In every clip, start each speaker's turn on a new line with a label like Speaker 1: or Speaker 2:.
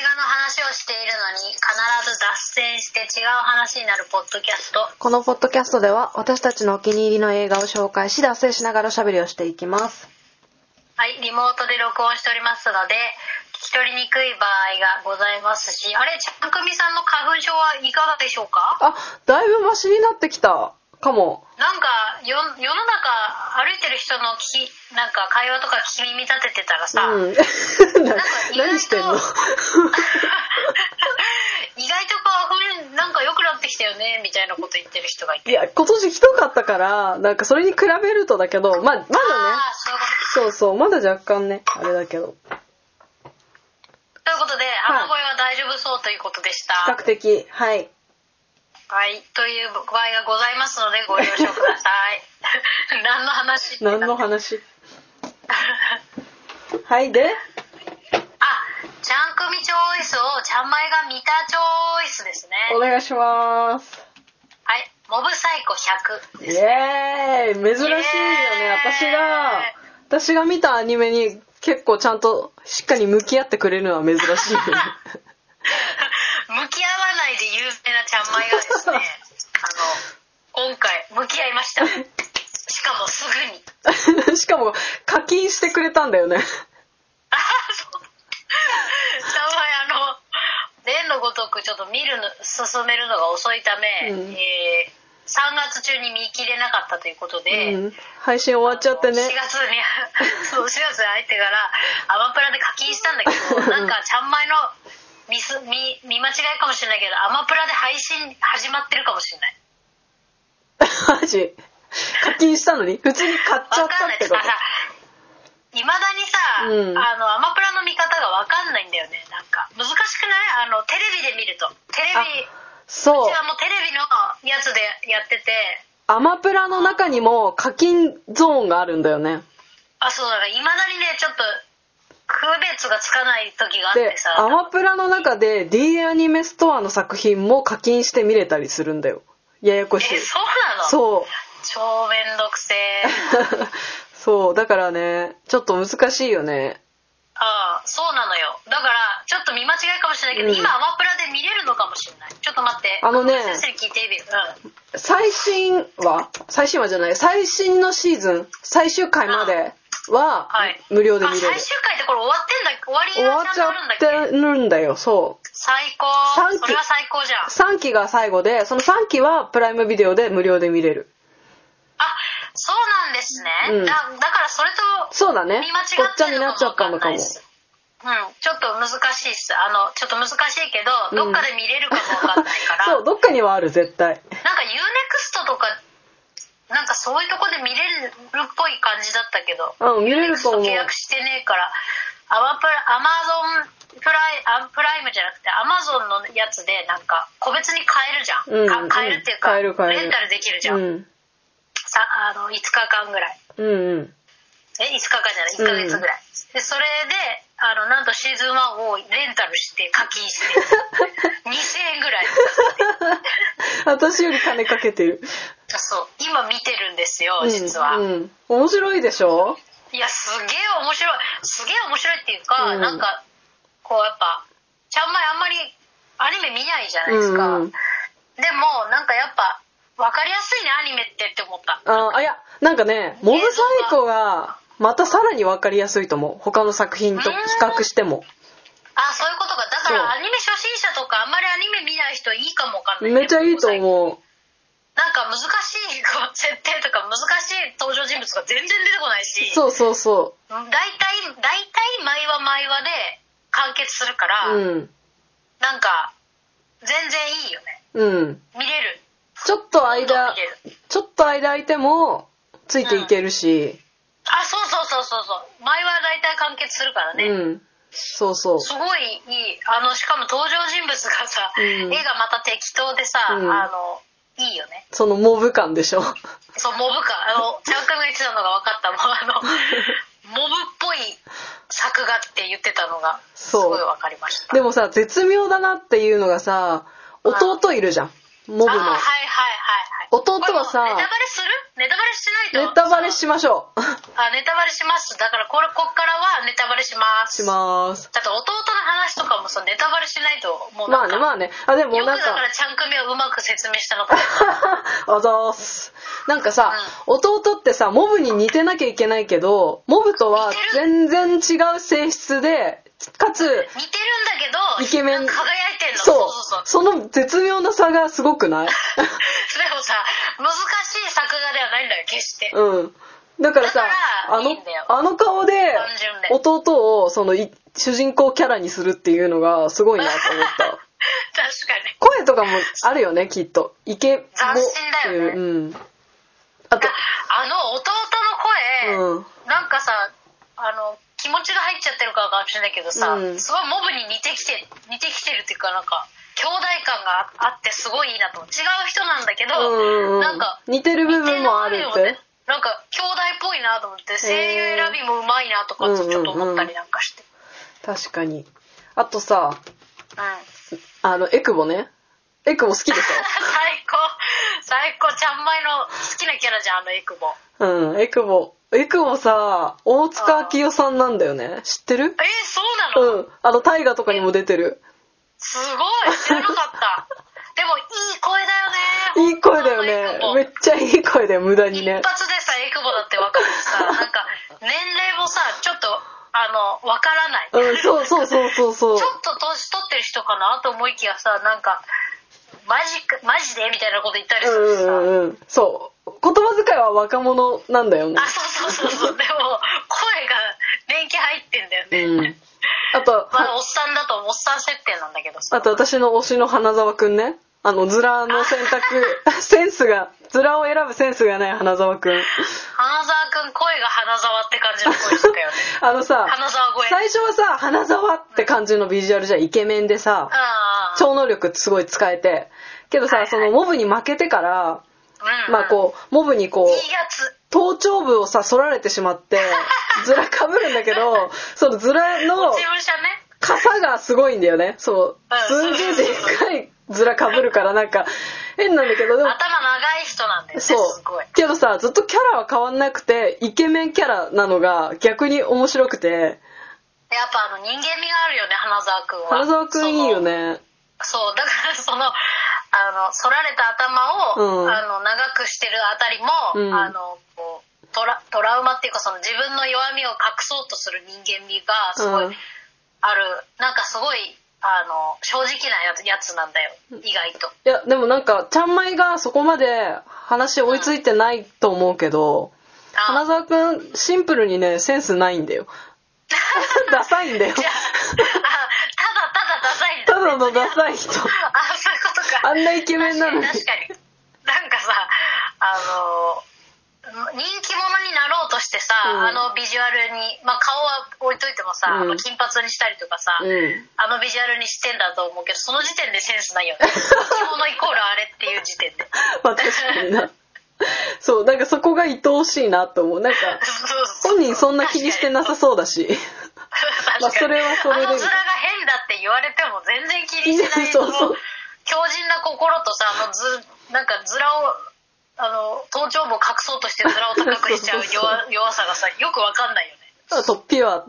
Speaker 1: 話をしているのに必ず脱線して違う話になるポッドキャスト
Speaker 2: このポッドキャストでは私たちのお気に入りの映画を紹介し脱線しながらおしゃべりをしていきます
Speaker 1: はいリモートで録音しておりますので聞き取りにくい場合がございますしあれちゃんくみさんの花粉症はいかがでしょうか
Speaker 2: あだいぶマシになってきたかも
Speaker 1: なんかよ世の中歩いてる人の聞きなんか会話とか聞き耳立ててたらさ、
Speaker 2: うん な何してん の
Speaker 1: 意外と花粉なんか良くなってきたよねみたいなこと言ってる人がいて
Speaker 2: いや今年ひどかったからなんかそれに比べるとだけどままだね
Speaker 1: ああそういうこと
Speaker 2: そうそうまだ若干ねあれだけど
Speaker 1: ということで、
Speaker 2: はい
Speaker 1: 鼻声は大丈夫そうということでした。
Speaker 2: 比較的はい
Speaker 1: はい、という場合がございますので、ご了承くださ い。何の話ってな
Speaker 2: 何の 話はいで
Speaker 1: あ、ちゃん組チョイスをちゃんまいが見たチョイスですね。
Speaker 2: お
Speaker 1: は
Speaker 2: 願いします
Speaker 1: い、モブサイコ100。
Speaker 2: イエーイ珍しいよね
Speaker 1: イエーイ
Speaker 2: 私が私が見たアニメに結構ちゃんとしっかり向き合ってくれるのは 珍しいよね
Speaker 1: 向き合わないで有名なちゃんまいがです ね、あの、今回向き合いました。しかもすぐに。
Speaker 2: しかも課金してくれたんだよね
Speaker 1: あ そう。ちゃんまいあの、例のごとくちょっと見るの、進めるのが遅いため、
Speaker 2: うん
Speaker 1: え3月中に見切れなかったということで、
Speaker 2: うん配信終わっちゃってね
Speaker 1: 4月に、そう、4月に入ってから、アマプラで課金したんだけ ど、なんか、ちゃんまいのミス、見、見間違いかもしれないけど、アマプラで配信始まってるかもしれない。
Speaker 2: マジ課金したのに普通に買っちゃ
Speaker 1: わ
Speaker 2: っ
Speaker 1: かん
Speaker 2: た
Speaker 1: ない
Speaker 2: っ。
Speaker 1: あ
Speaker 2: てこ
Speaker 1: さいまだにさ、
Speaker 2: うん
Speaker 1: あのアマプラの見方がわかんないんだよねなんか難しくないあのテレビで見るとテレビ
Speaker 2: とそう
Speaker 1: じゃあもうテレビのやつでやってて
Speaker 2: アマプラの中にも課金ゾーンがあるんだよね
Speaker 1: あそうだからいまだにねちょっと区別がつかない時があっ
Speaker 2: で
Speaker 1: てさ
Speaker 2: アマプラの中で D アニメストアの作品も課金して見れたりするんだよややこしい
Speaker 1: えそうなの
Speaker 2: そう
Speaker 1: 超めんどくせ え
Speaker 2: そう、だからね、ちょっと難しいよね。
Speaker 1: ああそうなのよだからちょっと見間違いかもしれないけど、
Speaker 2: うん
Speaker 1: 今アマプラで見れるのかもしれないちょっと待って
Speaker 2: あのね
Speaker 1: 先生に聞いてみる、うん、
Speaker 2: 最新話最新話じゃない、最新のシーズン、最終回までは
Speaker 1: はい、
Speaker 2: 無料で見れる。
Speaker 1: あ最終回ってこれ終わってんだ終わり
Speaker 2: 終わ
Speaker 1: が
Speaker 2: っ
Speaker 1: ち
Speaker 2: ちゃ
Speaker 1: ゃんとあるんだっけ
Speaker 2: ってるんだよ、そう。
Speaker 1: 最高
Speaker 2: 三期
Speaker 1: それは最高じゃん
Speaker 2: 3期が最後で、その3期はプライムビデオで無料で見れる。
Speaker 1: あそうなんですね、
Speaker 2: うん
Speaker 1: だだからそれと
Speaker 2: そうだね。
Speaker 1: 見間違
Speaker 2: ごっちゃ
Speaker 1: ってる
Speaker 2: にな
Speaker 1: の
Speaker 2: っちゃ
Speaker 1: かもわ
Speaker 2: っ
Speaker 1: か
Speaker 2: た
Speaker 1: んない
Speaker 2: のかも
Speaker 1: で。すうん、ちょっと難しいっすあのちょっと難しいけどどっかで見れるかもわかんないから、
Speaker 2: そう、どっかにはある、絶
Speaker 1: なん
Speaker 2: 対。
Speaker 1: か UNEXT とかなんかそういうとこで見れるっぽい感じだったけど
Speaker 2: うん、見れると思う。
Speaker 1: 契約してねえからアマプラアマゾンプライアプライムじゃなくてアマゾンのやつでなんか個別に買えるじゃん、
Speaker 2: うん
Speaker 1: か買えるっていうか、
Speaker 2: うん買える買える
Speaker 1: レンタルできるじゃ、
Speaker 2: うんん。
Speaker 1: さあの5日間ぐらい
Speaker 2: うんうん。
Speaker 1: え5日間じゃない1ヶ月ぐらい、でそれであのなんとシーズン1をレンタルして課金して 2000円ぐらい
Speaker 2: 私より金かけてる。
Speaker 1: そう今見てるんですよ
Speaker 2: うん
Speaker 1: 実は、
Speaker 2: うん。面白いでしょ
Speaker 1: いやすげえ面白いすげえ面白いっていうか、
Speaker 2: うん
Speaker 1: なんかこうやっぱちゃんまいあんまりアニメ見ないじゃないですか、
Speaker 2: うんうん
Speaker 1: でもなんかやっぱ分かりやすいねアニメってって思った
Speaker 2: あーあいやなんかねモブサイコがまたさらに分かりやすいと思う他の作品と比較しても
Speaker 1: あそういうことかだか
Speaker 2: そう
Speaker 1: らアニメ初心者とかあんまりアニメ見ない人いいかもわかんないね
Speaker 2: めっちゃいいと
Speaker 1: う
Speaker 2: 思
Speaker 1: なんか難しいこう設定とか難しい登場人物が全然出てこないし
Speaker 2: うそうそうそ
Speaker 1: 大体大体毎話毎話で完結するか
Speaker 2: う
Speaker 1: ら、
Speaker 2: うん
Speaker 1: なんか全然いいよね
Speaker 2: うん
Speaker 1: 見れる
Speaker 2: ちょっと間
Speaker 1: 見れる
Speaker 2: ちょっと間空いてもついていけるし
Speaker 1: あそうそうそうそうそう前は大体完結するから
Speaker 2: う
Speaker 1: ね、
Speaker 2: んそうそう
Speaker 1: すごいいいあのしかも登場人物がさ、
Speaker 2: うん
Speaker 1: 絵がまた適当でさ、
Speaker 2: うん
Speaker 1: あのいいよね
Speaker 2: そのモブ感でしょ
Speaker 1: そうモブ感あのちゃんくんが言ってたのが分かったもう あのモブっぽい作画って言ってたのがす
Speaker 2: そう
Speaker 1: ごい分かりました
Speaker 2: でもさ絶妙だなっていうのがさ弟いるじゃんモブ
Speaker 1: あーはいはい
Speaker 2: の
Speaker 1: はいはい
Speaker 2: 弟はさ
Speaker 1: これもうネタバレするネタバレしない
Speaker 2: ネ
Speaker 1: と
Speaker 2: タバレしましょう
Speaker 1: あネタバレしますだからこれこっからはネタバレします
Speaker 2: します
Speaker 1: だって弟の話とかかもそうネタバレしないともうな
Speaker 2: まあ
Speaker 1: ん
Speaker 2: ね
Speaker 1: か、
Speaker 2: まあねあでも
Speaker 1: よく
Speaker 2: なん
Speaker 1: だ
Speaker 2: か
Speaker 1: からちゃんくみをうまく説明したのかな
Speaker 2: あざーす。なんかさ、弟ってさ、モブに似てなきゃいけないけど、モブとは全然違う性質で、か つ、
Speaker 1: 似てるんだけど
Speaker 2: イケメ
Speaker 1: な
Speaker 2: ン
Speaker 1: んか輝いてんの
Speaker 2: そ
Speaker 1: そ
Speaker 2: う
Speaker 1: うそう、そう
Speaker 2: その絶妙な差がすごくない
Speaker 1: でもさ難しい作画ではないんだよ決して、
Speaker 2: うん。だからさ
Speaker 1: だ、から
Speaker 2: あの
Speaker 1: いいんだよ、
Speaker 2: あの顔で
Speaker 1: 単純で、
Speaker 2: 弟を、その、い主人公キャラにするっていうのが、すごいなと思った。
Speaker 1: 確かに
Speaker 2: 声とかもあるよね、きっと。イケボってい
Speaker 1: 斬新だ
Speaker 2: う。
Speaker 1: よね
Speaker 2: うん。あと、
Speaker 1: あの弟の声、
Speaker 2: うん
Speaker 1: なんかさあの気持ちが入っちゃってるからかもしれないけどさ、
Speaker 2: うん
Speaker 1: すごいモブに似てきて似てきてるっていうかなんか兄弟感がああってすごいいいなと思う違う人なんだけど、
Speaker 2: うんうんう
Speaker 1: なん
Speaker 2: ん
Speaker 1: か。
Speaker 2: 似てる部分もあるっ
Speaker 1: 似よ
Speaker 2: て
Speaker 1: ね。なんか兄弟っぽいなと思って声優選びもうまいなとかってちょっと思ったりなんか して、
Speaker 2: 確かにあとさ
Speaker 1: うん
Speaker 2: あのエクボねエクボ好きでし
Speaker 1: 最高最高ちゃんまいの好きなキャラじゃんあのエクボ
Speaker 2: ょうんエクボエクボさ大塚明夫さんなんだよね知ってる
Speaker 1: えそうなの、
Speaker 2: うんあの大河とかにも出てる
Speaker 1: すごい知らなかっ たでもいい声だよね
Speaker 2: いい声だよね
Speaker 1: 本当
Speaker 2: め
Speaker 1: エ
Speaker 2: っちゃいい声だよ無駄に
Speaker 1: クボ
Speaker 2: ね
Speaker 1: 一発でさエクボだって分かるしさなんか年齢もさちょっとあの分からない、
Speaker 2: うんそうそうそうそうそう
Speaker 1: ちょっと年取ってる人かなと思いきやさなんかマジかマジでみたいなこと言ったり
Speaker 2: う
Speaker 1: するしさ、
Speaker 2: んうんうんそう言葉遣いは若者なんだよね
Speaker 1: あそうそうそ うそうでも声が年季入ってんだよ
Speaker 2: う
Speaker 1: ね、
Speaker 2: んあと
Speaker 1: まだおっさんだとおっさん設定なんだけどさ
Speaker 2: あと私の推しの花沢くんね。あの、ズラの選択、 センスが、ズラを選ぶセンスがない花沢くん。
Speaker 1: 花沢くん声が花沢って感じの声してたよね
Speaker 2: あのさ、
Speaker 1: 花沢声
Speaker 2: 最初はさ、花沢って感じのビジュアルじゃイケメンでさ、
Speaker 1: ああ
Speaker 2: 超能力すごい使えて。けど
Speaker 1: はい
Speaker 2: さ、
Speaker 1: はい
Speaker 2: そのモブに負けてから、
Speaker 1: うん
Speaker 2: まあこう、モブにこ
Speaker 1: う
Speaker 2: うん
Speaker 1: い、いやつ
Speaker 2: 頭頂部をさ、反られてしま って、ズラ被るんだけど、そのズラの
Speaker 1: 事務所ね
Speaker 2: 傘がすごいんだよね。そう
Speaker 1: うん。
Speaker 2: すげえでっかいズラ被るからなんか、変なんだけど、でも
Speaker 1: 頭長い人なんだよね
Speaker 2: そう
Speaker 1: すごい。
Speaker 2: けどさ、ずっとキャラは変わんなくて、イケメンキャラなのが逆に面白くて、
Speaker 1: やっぱあの人間味があるよね花沢くんは
Speaker 2: 花沢くんいいよね。
Speaker 1: そうだからそのあの反られた頭を、
Speaker 2: うん
Speaker 1: あの長くしてるあたりも、
Speaker 2: うん
Speaker 1: あのこうトラトラウマっていうかその自分の弱みを隠そうとする人間味がすごい、
Speaker 2: うん
Speaker 1: あるなんかすごいあの正直なやつやつなんだよ意外と。
Speaker 2: いや、でもなんか、ちゃんまいがそこまで話追いついてないと思うけど、
Speaker 1: あ
Speaker 2: 花沢くん、シンプルにね、センスないんだよ。 ダサいんだよ。
Speaker 1: じゃああただただダサいんだ
Speaker 2: ただのダサい人。
Speaker 1: あそういうことか
Speaker 2: あんなイケメンなのに
Speaker 1: 確かに確かになんかさあの人気者になろうとしてさ、
Speaker 2: うん
Speaker 1: あのビジュアルに、まあ、顔は置いといてもさ、
Speaker 2: うん
Speaker 1: あの金髪にしたりとかさ、
Speaker 2: うん。
Speaker 1: あのビジュアルにしてんだと思うけどその時点でセンスない よね人気者イコールあれっていう時点で
Speaker 2: まあ確かにな。そう、なんかそこが愛おしいなと思う。なんか、本人そんな気にしてなさそうだし。 まあそれはそれで
Speaker 1: あの面が変だって言われても全然気にしない
Speaker 2: そうそう
Speaker 1: の強靭な心とさあのずなんか面をあの頭頂部を隠そうとして面を高くしちゃう
Speaker 2: そうそう
Speaker 1: 弱弱さがさよくわかんないよね
Speaker 2: あと、ピュア、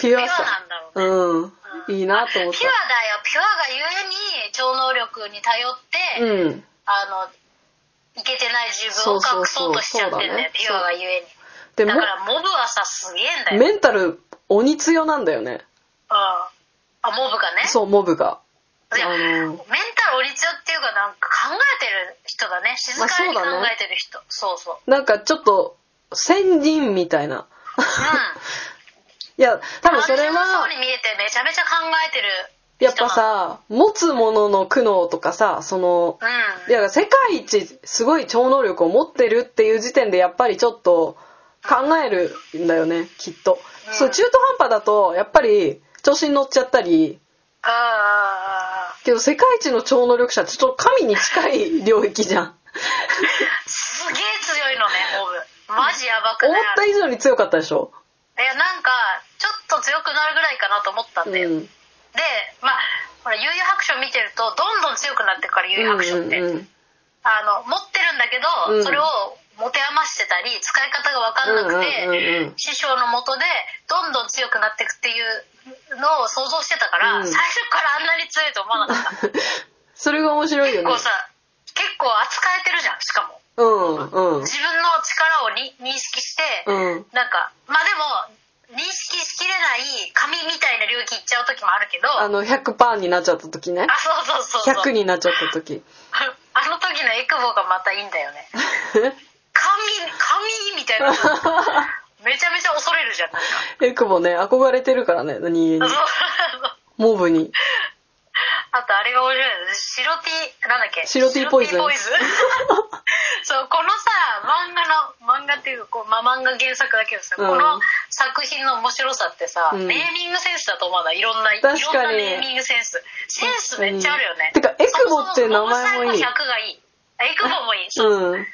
Speaker 2: ピュアさ。
Speaker 1: ピュ
Speaker 2: うん。いいなと思っ
Speaker 1: ピュアだよピュアがゆえに超能力に頼
Speaker 2: た。
Speaker 1: って、
Speaker 2: うん。
Speaker 1: あのいけてない自分を隠そうとしちゃってんだよ
Speaker 2: そうそうそうそうだね
Speaker 1: ピュアがゆえに
Speaker 2: でも
Speaker 1: だ、からモブはさすげえんだよ、うん、
Speaker 2: メンタル鬼強なんだよね。
Speaker 1: あモブがね
Speaker 2: そう、モブが。
Speaker 1: いや
Speaker 2: あの
Speaker 1: メンタル折り強っていうかなんか考えてる人だね静かに考
Speaker 2: まあそうだね
Speaker 1: えてる人、そう そう
Speaker 2: なんかちょっと、仙人みたいな。
Speaker 1: うん
Speaker 2: いや、多分それ
Speaker 1: 単純
Speaker 2: は
Speaker 1: そう、に見えてめちゃめちゃ考えてる人
Speaker 2: やっぱさ、持つものの苦悩とかさ、その、
Speaker 1: なのうん
Speaker 2: いや、世界一すごい超能力を持ってるっていう時点でやっぱりちょっと考えるんだよね、きっと。
Speaker 1: うん
Speaker 2: そう、中途半端だと、やっぱり調子に乗っちゃったり、
Speaker 1: ああ
Speaker 2: けど世界一の超能力者ってちょっと神に近い領域じゃん。
Speaker 1: すげえ強いの ねモブマジやばく
Speaker 2: 思っ
Speaker 1: ない
Speaker 2: た
Speaker 1: い
Speaker 2: 以上に強かったでしょ。
Speaker 1: やなんかちょっと強くなるぐらいかなと思った
Speaker 2: うん
Speaker 1: だよ、
Speaker 2: ん。
Speaker 1: でまあほら悠々白書見てるとどんどん強くなってくから悠々白書って、
Speaker 2: うんうんうん
Speaker 1: あの持ってるんだけど、
Speaker 2: うん
Speaker 1: それを持て余してたり使い方が分かんなくて、
Speaker 2: うんうんうんうん
Speaker 1: 師匠のもとでどんどん強くなっていくっていうのを想像してたから、
Speaker 2: うん
Speaker 1: 最初からあんなに強いと思わなかった
Speaker 2: それが面白いよ
Speaker 1: 結
Speaker 2: ね
Speaker 1: 構さ結構扱えてるじゃんしかも
Speaker 2: うんうん
Speaker 1: 自分の力をに認識して、
Speaker 2: うん
Speaker 1: なんかまあでも認識しきれない紙みたいな領域行っちゃう時もあるけど
Speaker 2: あ
Speaker 1: あ
Speaker 2: の100%になっちゃった時ね
Speaker 1: そうそうそうそう
Speaker 2: 100になっちゃった時
Speaker 1: あ あの時のエクボがまたいいんだよね神神みたい なめちゃめちゃ恐れるじゃんなんか
Speaker 2: えくぼね憧れてるからね何気に
Speaker 1: そう
Speaker 2: モブに
Speaker 1: あとあれが面白いよね白 T なんだっけ
Speaker 2: 白 T ポイズン
Speaker 1: 白 T そうこのさ漫画の漫画っていうかこう、まあ、漫画原作だけどさ、
Speaker 2: うん
Speaker 1: この作品の面白さってさ、
Speaker 2: うん
Speaker 1: ネーミングセンスだと思わないいろんないろん
Speaker 2: 確か
Speaker 1: な
Speaker 2: に
Speaker 1: ネーミングセンスセンスめっちゃあるよね
Speaker 2: てかエクボって名前もい
Speaker 1: そも
Speaker 2: い
Speaker 1: そもモブサイコ100がいいあエクボもいい、そう
Speaker 2: うん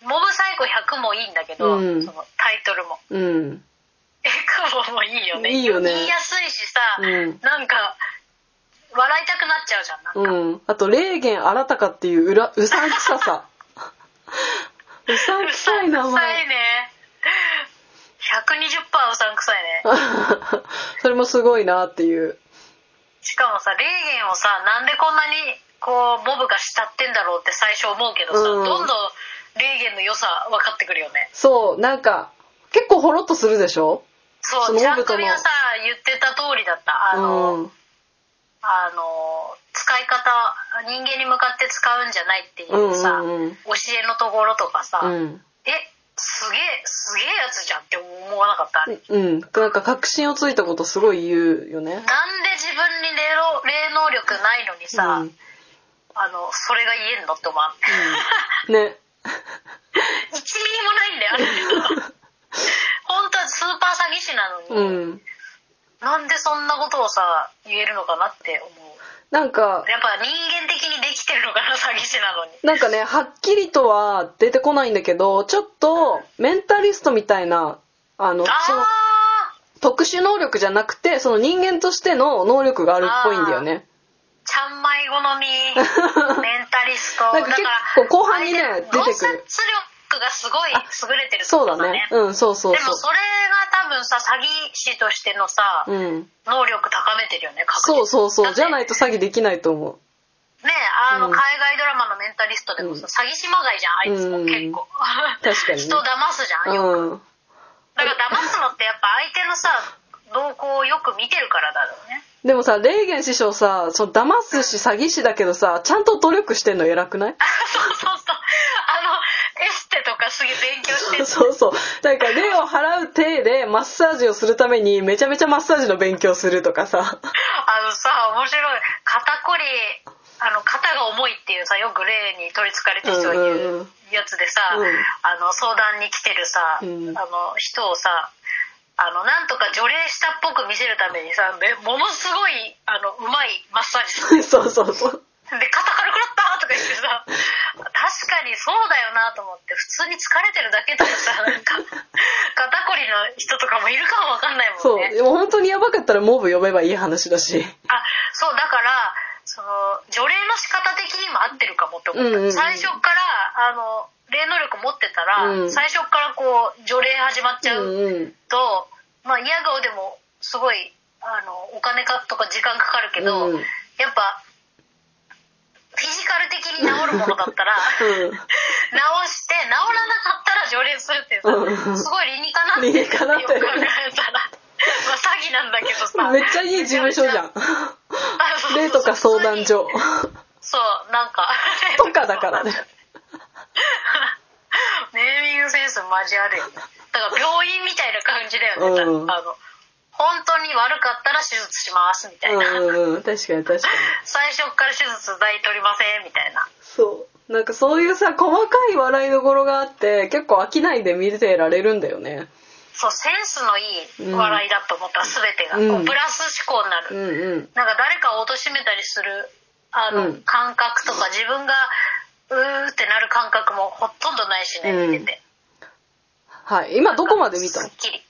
Speaker 1: モブサイコ100もいいんだけど、
Speaker 2: うん
Speaker 1: そのタイトルも
Speaker 2: うん
Speaker 1: エクボもいいよね
Speaker 2: いいよね
Speaker 1: 言いやすいしさ、
Speaker 2: うん
Speaker 1: なんか笑いたくなっちゃうじゃんなんか、
Speaker 2: うんあと霊言新たかっていううらうさんくささうさんくさい名
Speaker 1: うさい
Speaker 2: 前
Speaker 1: ね120%うさんくさいね
Speaker 2: それもすごいなっていう
Speaker 1: しかもさ霊言をさなんでこんなにこうモブが慕ってんだろうって最初思うけどさ、
Speaker 2: うん
Speaker 1: どんどん霊言の良さ分かってくるよね
Speaker 2: そうなんか結構ほろっとするでしょ
Speaker 1: そ
Speaker 2: そうの
Speaker 1: ちゃん
Speaker 2: モブ
Speaker 1: く
Speaker 2: との
Speaker 1: みがさ言ってた通りだったあの、
Speaker 2: うん
Speaker 1: あの使い方人間に向かって使うんじゃないっていうさ、
Speaker 2: うんうんうん
Speaker 1: 教えのところとかさ、
Speaker 2: うん
Speaker 1: えすげえすげえやつじゃんって思わなかった、
Speaker 2: うんなんか確信をついたことすごい言うよね
Speaker 1: なんで自分に霊能霊能力ないのにさ、
Speaker 2: うん
Speaker 1: あのそれが言えんのって思わん、1ミ
Speaker 2: ね
Speaker 1: リもないんだよあの人 本当はスーパー詐欺師な
Speaker 2: う
Speaker 1: のに、
Speaker 2: ん
Speaker 1: なんでそんなことをさ言えるのかなって思う
Speaker 2: なんか
Speaker 1: やっぱ人間的にできてるのかな詐欺師なのに
Speaker 2: なんかねはっきりとは出てこないんだけどちょっとメンタリストみたいなあの
Speaker 1: あ
Speaker 2: その
Speaker 1: あ
Speaker 2: 特殊能力じゃなくてその人間としての能力があるっぽいんだよね
Speaker 1: ちゃんまい好 みメンタリスト
Speaker 2: なんか結構後半にね
Speaker 1: だから
Speaker 2: 出てく
Speaker 1: 洞
Speaker 2: る
Speaker 1: 察力がすごい優れてるって
Speaker 2: そ
Speaker 1: こ
Speaker 2: う
Speaker 1: と
Speaker 2: だ
Speaker 1: だ
Speaker 2: ねうんそうそう
Speaker 1: でも
Speaker 2: そ
Speaker 1: それが多分さ詐欺師としてのさ、
Speaker 2: ううん
Speaker 1: 能力高めてるよね確実に
Speaker 2: そうそうそうじゃない
Speaker 1: だって
Speaker 2: と詐欺できないと思
Speaker 1: ねあの、
Speaker 2: うん
Speaker 1: 海外ドラマのメンタリストでもさ、詐欺師まがいじゃんあいつも
Speaker 2: うん
Speaker 1: 結構
Speaker 2: 確かにね
Speaker 1: 人を騙すじゃ、
Speaker 2: うんうん
Speaker 1: だから騙すのってやっぱ相手のさ動向をよく見てるからだろうね
Speaker 2: でもさ霊言師匠さその騙すし詐欺師だけどさちゃんと努力してんの偉く ない
Speaker 1: そうそうそうあのエステとかすげえ勉強して
Speaker 2: そうそうなんか霊を払う体でマッサージをするためにめちゃめちゃマッサージの勉強するとか さ
Speaker 1: あのさ面白い肩こりあの肩が重いっていうさよく例に取りつかれてる人が言
Speaker 2: うんうんうん
Speaker 1: うやつでさ、
Speaker 2: うん
Speaker 1: あの相談に来てるさ、
Speaker 2: うん
Speaker 1: あの人をさあのなんとか除霊したっぽく見せるためにさめものすごいあのうまいマッサージ する
Speaker 2: そうそうそう
Speaker 1: で肩軽くなったとか言ってさ確かにそうだよなと思って普通に疲れてるだけだとさなん か肩こりの人とかもいるかもわかんないも
Speaker 2: そ
Speaker 1: んね
Speaker 2: う。でも本当にやばかったらモブ呼べばいい話だし。
Speaker 1: あそうだからその除霊の仕方的にも合ってるかもって思った、
Speaker 2: うんうんうん
Speaker 1: 最初からあの霊能力持ってたら、
Speaker 2: うん
Speaker 1: 最初からこう除霊始まっちゃう
Speaker 2: う
Speaker 1: ん
Speaker 2: うん。
Speaker 1: と、まあ嫌顔でもすごいあのお金かとか時間かかるけど、
Speaker 2: うん
Speaker 1: やっぱフィジカル的に治るものだ ったら治して治らなかったら除霊するっていうさ、
Speaker 2: うん
Speaker 1: すごい理にかなってる
Speaker 2: 理にかなって
Speaker 1: よ
Speaker 2: る
Speaker 1: く考えたら まあ詐欺なんだけど
Speaker 2: う
Speaker 1: さ
Speaker 2: ん。めっちゃいい事務所じゃ ん。例とか相談所
Speaker 1: そうなんか
Speaker 2: とかだからね。
Speaker 1: ネーミングセンス交わるよねだから病院みたいな感じだよね、
Speaker 2: うん
Speaker 1: あの本当に悪かったら手術しますみたいな、
Speaker 2: うんうん。確かに確かに。
Speaker 1: 最初から手術代取りませんみたいな
Speaker 2: そう。なんかそういうさ、細かい笑いどころがあって、結構飽きないで見てられるんだよね。
Speaker 1: そうセンスのいい笑いだと思った、全てが、
Speaker 2: う
Speaker 1: こう
Speaker 2: ん
Speaker 1: プラス思考になる、
Speaker 2: うんうん。
Speaker 1: なんか誰かを貶めたりするあの、
Speaker 2: うん
Speaker 1: 感覚とか自分がうーってなる感覚もほとんどないしね
Speaker 2: うん
Speaker 1: 見てて、
Speaker 2: はい。今どこまで見た
Speaker 1: すっきり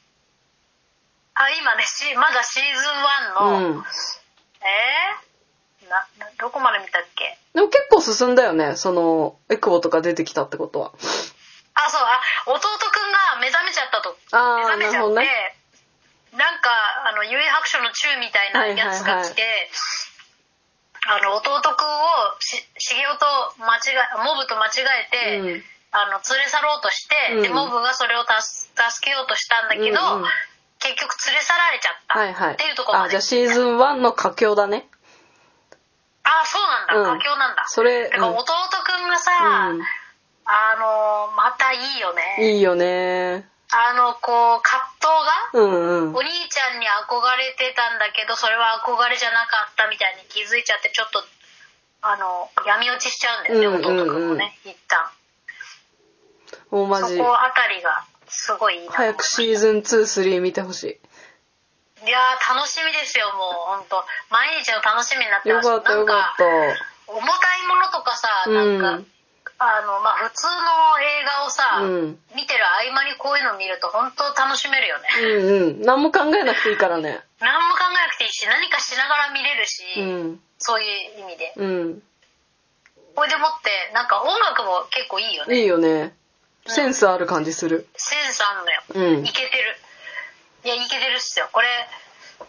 Speaker 1: あ今ねしまだシーズン1の、
Speaker 2: のうん。
Speaker 1: えー、ななどこまで見たっけ
Speaker 2: でも結構進んだよね。その、エクボとか出てきたってことは。
Speaker 1: あそうあ弟くんが目覚めちゃったと
Speaker 2: あ
Speaker 1: 目覚め
Speaker 2: あな
Speaker 1: ちゃ
Speaker 2: る
Speaker 1: っ
Speaker 2: ほ
Speaker 1: てな,、ん
Speaker 2: どね
Speaker 1: かあの幽霊白書の宙みたいなやつが来て、あの弟くんをし茂雄と間違えモブと間違えて、
Speaker 2: うん
Speaker 1: あの連れ去ろうとして、で
Speaker 2: うん
Speaker 1: モブがそれを助助けようとしたんだけど、
Speaker 2: うんうん
Speaker 1: 結局連れ去られちゃった、
Speaker 2: はいはい
Speaker 1: っていうところま
Speaker 2: あじ
Speaker 1: で
Speaker 2: ゃあシーズン1の佳境だね
Speaker 1: ああそうなんだ
Speaker 2: うん
Speaker 1: 佳境、なんだ
Speaker 2: そ
Speaker 1: だ
Speaker 2: れ
Speaker 1: から
Speaker 2: うん
Speaker 1: 弟くんがさ、
Speaker 2: う
Speaker 1: あのーまたいいよ
Speaker 2: ん
Speaker 1: ね
Speaker 2: いいよね
Speaker 1: あのこう葛藤が、
Speaker 2: うんうん
Speaker 1: お兄ちゃんに憧れてたんだけどそれは憧れじゃなかったみたいに気づいちゃってちょっとあの闇落ちしちゃうんだよね、
Speaker 2: うんうんうん
Speaker 1: 弟くんもね一旦
Speaker 2: もうマ
Speaker 1: そ
Speaker 2: ジ
Speaker 1: こあたりがすごいいいな
Speaker 2: 早くシーズン23見てほし
Speaker 1: いやー楽しみですよもう本当毎日の楽しみになっ
Speaker 2: い
Speaker 1: て
Speaker 2: よ
Speaker 1: ます
Speaker 2: かったよかっ
Speaker 1: なんか重たいものとかさ
Speaker 2: たう
Speaker 1: なん
Speaker 2: ん
Speaker 1: か、あのまあ普通の映画をさ、
Speaker 2: うん
Speaker 1: 見てる合間にこういうの見ると本当楽しめるよね、
Speaker 2: うんうん何も考えなくていいからね
Speaker 1: 何も考えなくていいし何かしながら見れるし、
Speaker 2: うん
Speaker 1: そういう意味で
Speaker 2: うん
Speaker 1: これでもってなんか音楽も結構いいよね
Speaker 2: いいよねセンスある感じする
Speaker 1: センスあんのよ
Speaker 2: うん
Speaker 1: いけてるいやいけてるっすよこれ15歳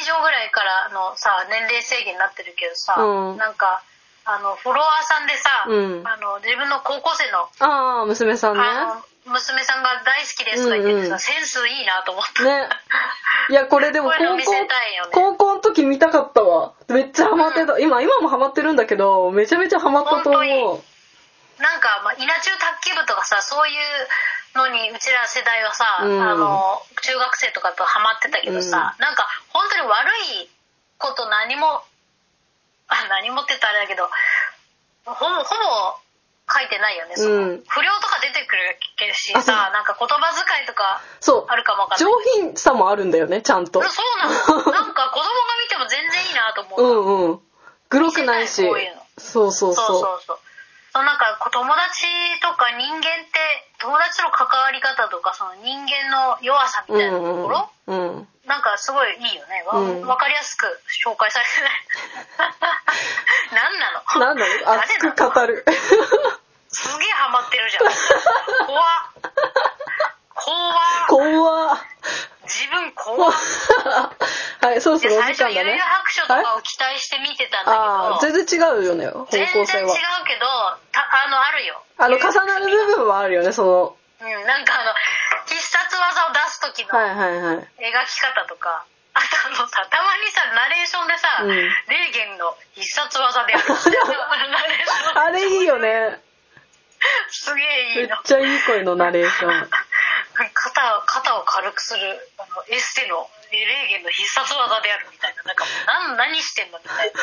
Speaker 1: 以上ぐらいからのさ年齢制限になってるけどさ、
Speaker 2: うん
Speaker 1: なんかあのフォロワーさんでさ、
Speaker 2: うん
Speaker 1: あの自分の高校生の
Speaker 2: ああ娘さんね
Speaker 1: あの娘さんが大好きですとか言ってて
Speaker 2: うんう
Speaker 1: さ、
Speaker 2: ん
Speaker 1: センスいいなと思った
Speaker 2: ねいやこれでも
Speaker 1: こういうの
Speaker 2: 高
Speaker 1: 見
Speaker 2: 校
Speaker 1: せたいよね
Speaker 2: 高校の時見たかったわめっちゃハマってた、今今もハマってるんだけどめちゃめちゃハマったと
Speaker 1: 本当
Speaker 2: 思う
Speaker 1: なんか、まあ、稲中卓球部とかさそういうのにうちら世代はさ、
Speaker 2: うん
Speaker 1: あの中学生とかとハマってたけどさ、なんか本当に悪いこと何も あ何もって言ったらあれだけどほぼほぼ書いてないよねその、
Speaker 2: うん
Speaker 1: 不良とか出てくるし
Speaker 2: あそう
Speaker 1: さなんか言葉遣いとか
Speaker 2: そう
Speaker 1: あるかもわかん
Speaker 2: 上
Speaker 1: ない
Speaker 2: 品さもあるんだよねちゃんと
Speaker 1: うんそうなのなんか子供が見ても全然いいなと思う
Speaker 2: う、んうんグロくない
Speaker 1: 見せ
Speaker 2: し
Speaker 1: ないこういうの
Speaker 2: そうそう
Speaker 1: そうそう
Speaker 2: そう
Speaker 1: そうそうなんかこう友達とか人間って友達の関わり方とかその人間の弱さみ
Speaker 2: う
Speaker 1: たいなと
Speaker 2: ん
Speaker 1: こ
Speaker 2: う
Speaker 1: ろ、
Speaker 2: んうん
Speaker 1: なんかすごいいいよねわ、
Speaker 2: うん
Speaker 1: わかりやすく紹介されてない 何なの
Speaker 2: なんだろう熱く
Speaker 1: 誰なの
Speaker 2: 語る
Speaker 1: すげえハマってるじゃん怖っ怖っ
Speaker 2: 怖っ
Speaker 1: 自分怖っ
Speaker 2: はいそろそ
Speaker 1: で
Speaker 2: ろお
Speaker 1: 最
Speaker 2: 時
Speaker 1: 初
Speaker 2: 間
Speaker 1: 幽
Speaker 2: だ
Speaker 1: 霊
Speaker 2: ね
Speaker 1: 白書と
Speaker 2: はい
Speaker 1: かを期待して見てたん
Speaker 2: あ
Speaker 1: だ
Speaker 2: あ
Speaker 1: けど、
Speaker 2: 全然違うよね方
Speaker 1: 全
Speaker 2: 向
Speaker 1: 然
Speaker 2: 性
Speaker 1: 違う
Speaker 2: は
Speaker 1: けどたあのあるよ
Speaker 2: あの重なる部分はあるよねその
Speaker 1: うん、なんかあの必殺技を出す時の
Speaker 2: はいはいはい
Speaker 1: 描き方とか、あとあのさたまにさナレーションでさ「
Speaker 2: うん
Speaker 1: 霊元の必殺技である」ナレーション
Speaker 2: あれいいよね
Speaker 1: すげえ
Speaker 2: め
Speaker 1: い
Speaker 2: っ
Speaker 1: いの
Speaker 2: ちゃいい声のナレーション
Speaker 1: 肩を肩を軽くするあのエステの霊元の必殺技であるみたいななんかもう何何してんのみたいな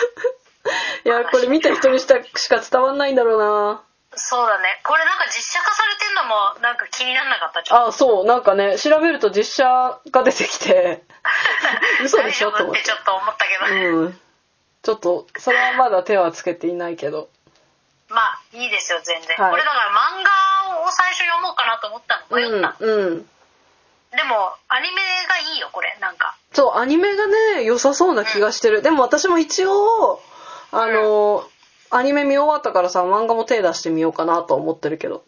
Speaker 1: い
Speaker 2: やこれ見た人にしたしか伝わんないんだろうな
Speaker 1: そうだねこれなんか実写化されてんのもなんか気になんなかったちょっ
Speaker 2: あそうなんかね調べると実写が出てき て
Speaker 1: と
Speaker 2: 嘘で
Speaker 1: 大
Speaker 2: し
Speaker 1: 丈
Speaker 2: ょと
Speaker 1: 夫
Speaker 2: 思
Speaker 1: っ
Speaker 2: ってて
Speaker 1: ちょっと思ったけど、
Speaker 2: うんちょっとそれはまだ手はつけていないけど
Speaker 1: まあいいですよ全然、
Speaker 2: はい
Speaker 1: これだから漫画を最初読もうかなと思ったの
Speaker 2: う
Speaker 1: 迷っ
Speaker 2: ん
Speaker 1: た、
Speaker 2: うん
Speaker 1: でもアニメがいいよこれなんか
Speaker 2: そうアニメがね良さそうな気がしてる、でも私も一応あの、アニメ見終わったからさ漫画も手出してみようかなとは思ってるけど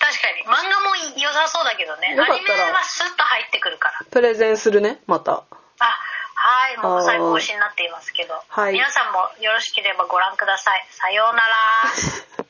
Speaker 1: 確かに漫画もい良さそうだけどね
Speaker 2: よ
Speaker 1: ア
Speaker 2: かったら
Speaker 1: ニメはスッと入ってくるから
Speaker 2: プレゼンするねまた
Speaker 1: あはいも
Speaker 2: あ
Speaker 1: う
Speaker 2: ー
Speaker 1: 最後推しになっていますけど、
Speaker 2: はい
Speaker 1: 皆さんもよろしければご覧くださいさようなら